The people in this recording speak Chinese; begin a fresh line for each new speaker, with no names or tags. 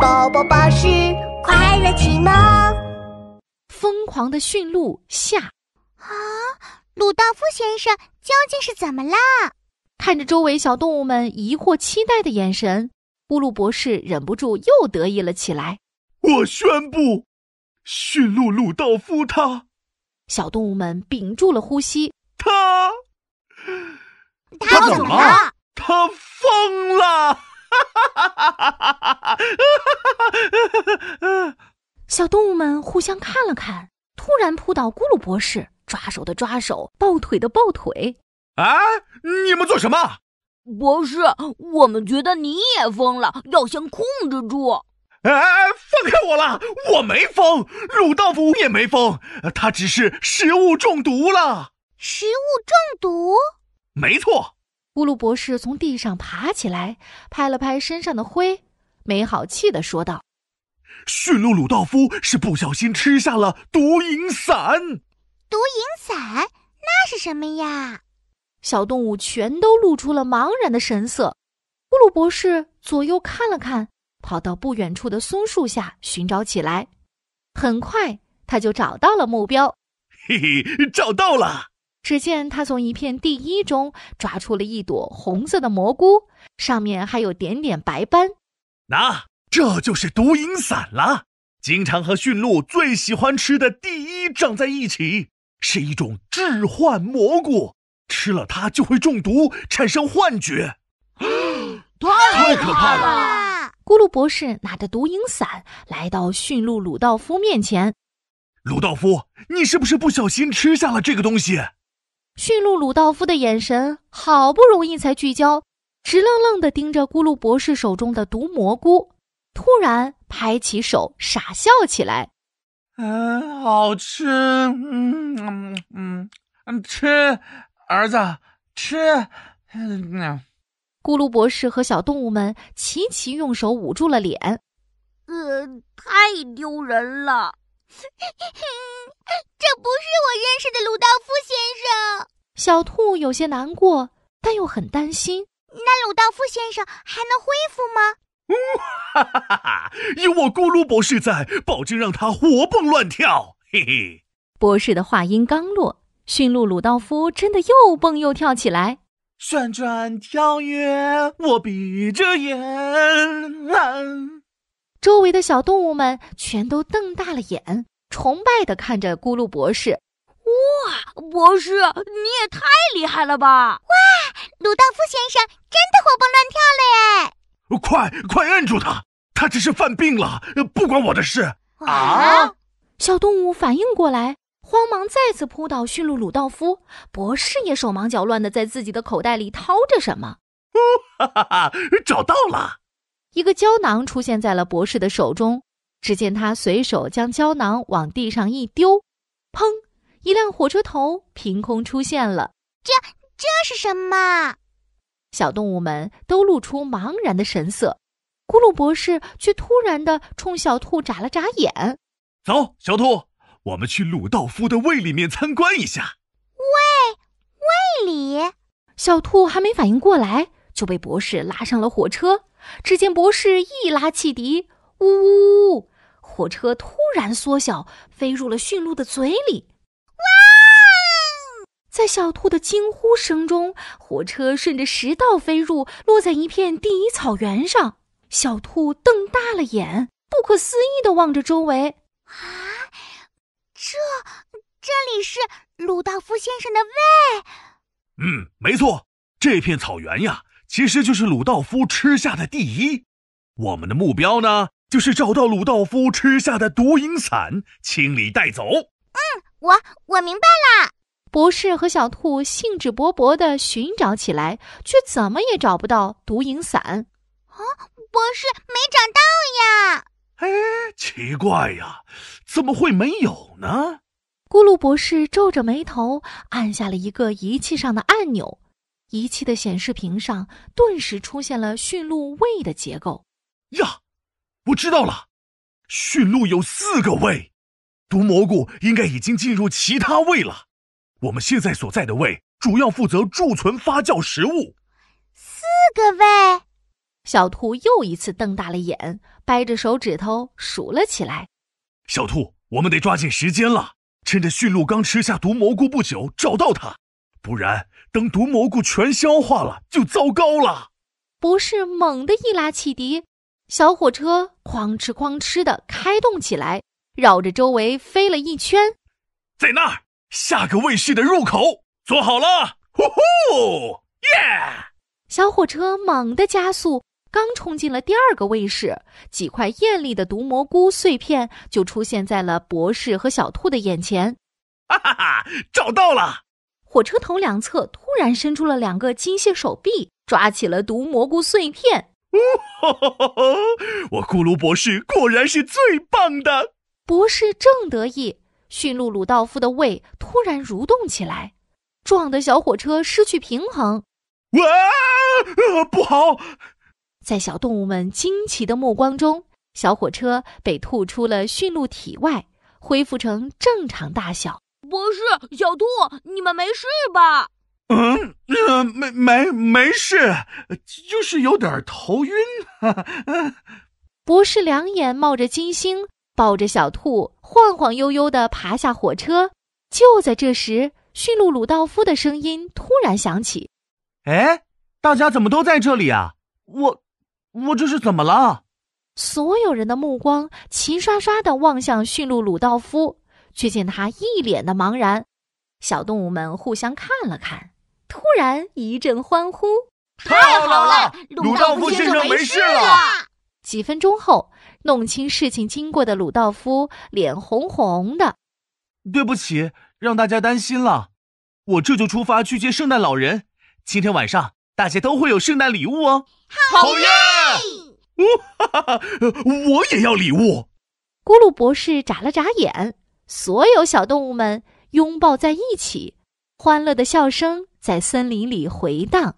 宝宝巴士快乐启蒙
疯狂的驯鹿下，
啊，鲁道夫先生究竟是怎么啦？
看着周围小动物们疑惑、期待的眼神，布鲁博士忍不住又得意了起来。
我宣布，驯鹿鲁道夫他
小动物们屏住了呼吸，
他
他
怎么了？他疯了！哈哈哈哈哈！
小动物们互相看了看，突然扑倒咕噜博士，抓手的抓手，抱腿的抱腿。
啊！你们做什么？
博士，我们觉得你也疯了，要先控制住。
哎、啊，放开我啦！我没疯，鲁道夫也没疯，他只是食物中毒了。
食物中毒？
没错。
咕噜博士从地上爬起来，拍了拍身上的灰，没好气地说道：“
驯鹿鲁道夫是不小心吃下了毒蝇伞。”
毒蝇伞？那是什么呀？
小动物全都露出了茫然的神色。咕噜博士左右看了看，跑到不远处的松树下寻找起来。很快，他就找到了目标。
嘿嘿，找到了！
只见他从一片地衣中抓出了一朵红色的蘑菇，上面还有点点白斑。
那、啊、这就是毒蝇伞啦！经常和驯鹿最喜欢吃的地衣长在一起，是一种致幻蘑菇，吃了它就会中毒，产生幻觉。
太可怕
了！
咕噜博士拿着毒蝇伞来到驯鹿鲁道夫面前。
鲁道夫，你是不是不小心吃下了这个东西？
驯鹿鲁道夫的眼神好不容易才聚焦，直愣愣地盯着咕噜博士手中的毒蘑菇，突然拍起手傻笑起来。
嗯，好吃，嗯嗯嗯，吃，儿子吃。嗯，
咕噜博士和小动物们齐齐用手捂住了脸。
呃，太丢人了。
这不是我认识的鲁道夫先生。
小兔有些难过，但又很担心。
那鲁道夫先生还能恢复吗？
嗯、哈哈哈哈！ 有我咕噜博士在，保证让他活蹦乱跳。嘿嘿！
博士的话音刚落，驯鹿鲁道夫真的又蹦又跳起来，
旋转跳跃，我闭着眼。啊
周围的小动物们全都瞪大了眼，崇拜地看着咕噜博士。
哇，博士，你也太厉害了吧！
哇，鲁道夫先生真的活蹦乱
跳了哎！快快摁住他，他只是犯病了，不关我的事。
啊！
小动物反应过来，慌忙再次扑倒驯鹿鲁道夫。博士也手忙脚乱地在自己的口袋里掏着什么。
哈哈哈，找到了！
一个胶囊出现在了博士的手中，只见他随手将胶囊往地上一丢，砰！一辆火车头凭空出现了。
这这是什么？
小动物们都露出茫然的神色，咕噜博士却突然的冲小兔眨了眨眼。
走，小兔，我们去鲁道夫的胃里面参观一下。
胃胃里？
小兔还没反应过来，就被博士拉上了火车。只见博士一拉汽笛，呜呜呜！火车突然缩小，飞入了驯鹿的嘴里。哦
哇！
在小兔的惊呼声中，火车顺着食道飞入，落在一片第一草原上。小兔瞪大了眼，不可思议地望着周围。
啊，这这里是鲁道夫先生的胃。
嗯，没错，这片草原呀。其实就是鲁道夫吃下的第一。我们的目标呢，就是找到鲁道夫吃下的毒蝇伞，清理带走。
嗯，我我明白啦。
博士和小兔兴致勃勃地寻找起来，却怎么也找不到毒蝇伞。
啊，博士没找到呀！
哎，奇怪呀，怎么会没有呢？
咕噜博士皱着眉头，按下了一个仪器上的按钮。仪器的显示屏上顿时出现了驯鹿胃的结构。
呀，我知道了，驯鹿有四个胃，毒蘑菇应该已经进入其他胃了。我们现在所在的胃主要负责贮存发酵食物。
四个胃，
小兔又一次瞪大了眼，掰着手指头数了起来。
小兔，我们得抓紧时间了，趁着驯鹿刚吃下毒蘑菇不久找到它，不然等毒蘑菇全消化了就糟糕了。
博士猛地一拉汽笛，小火车哐哧哐哧地开动起来，绕着周围飞了一圈。
在那儿，下个卫士的入口，坐好了，呼呼，耶！
小火车猛地加速，刚冲进了第二个卫士，几块艳丽的毒蘑菇碎片就出现在了博士和小兔的眼前。
哈哈哈，找到了！
火车头两侧突然伸出了两个机械手臂，抓起了毒蘑菇碎片。
吼吼吼吼！我咕噜博士果然是最棒的。
博士正得意，驯鹿鲁道夫的胃突然蠕动起来，撞得小火车失去平衡。
哇、呃不好！
在小动物们惊奇的目光中，小火车被吐出了驯鹿体外，恢复成正常大小。
博士，小兔，你们没事吧？
嗯，呃、没没没事，就是有点头晕。哈哈嗯
博士两眼冒着金星，抱着小兔晃晃悠悠地爬下火车。就在这时，驯鹿鲁道夫的声音突然响起
哎，大家怎么都在这里啊？我我这是怎么了？：“
所有人的目光齐刷刷地望向驯鹿鲁道夫，却见他一脸的茫然。”小动物们互相看了看，突然一阵欢呼。
太
好了鲁道夫先生没事了。
几分钟后，弄清事情经过的鲁道夫脸红红的，
对不起，让大家担心了。我这就出发去接圣诞老人。今天晚上大家都会有圣诞礼物哦。
好耶！哈哈，我也要礼物。
咕噜博士眨了眨眼，所有小动物们拥抱在一起，欢乐的笑声在森林里回荡。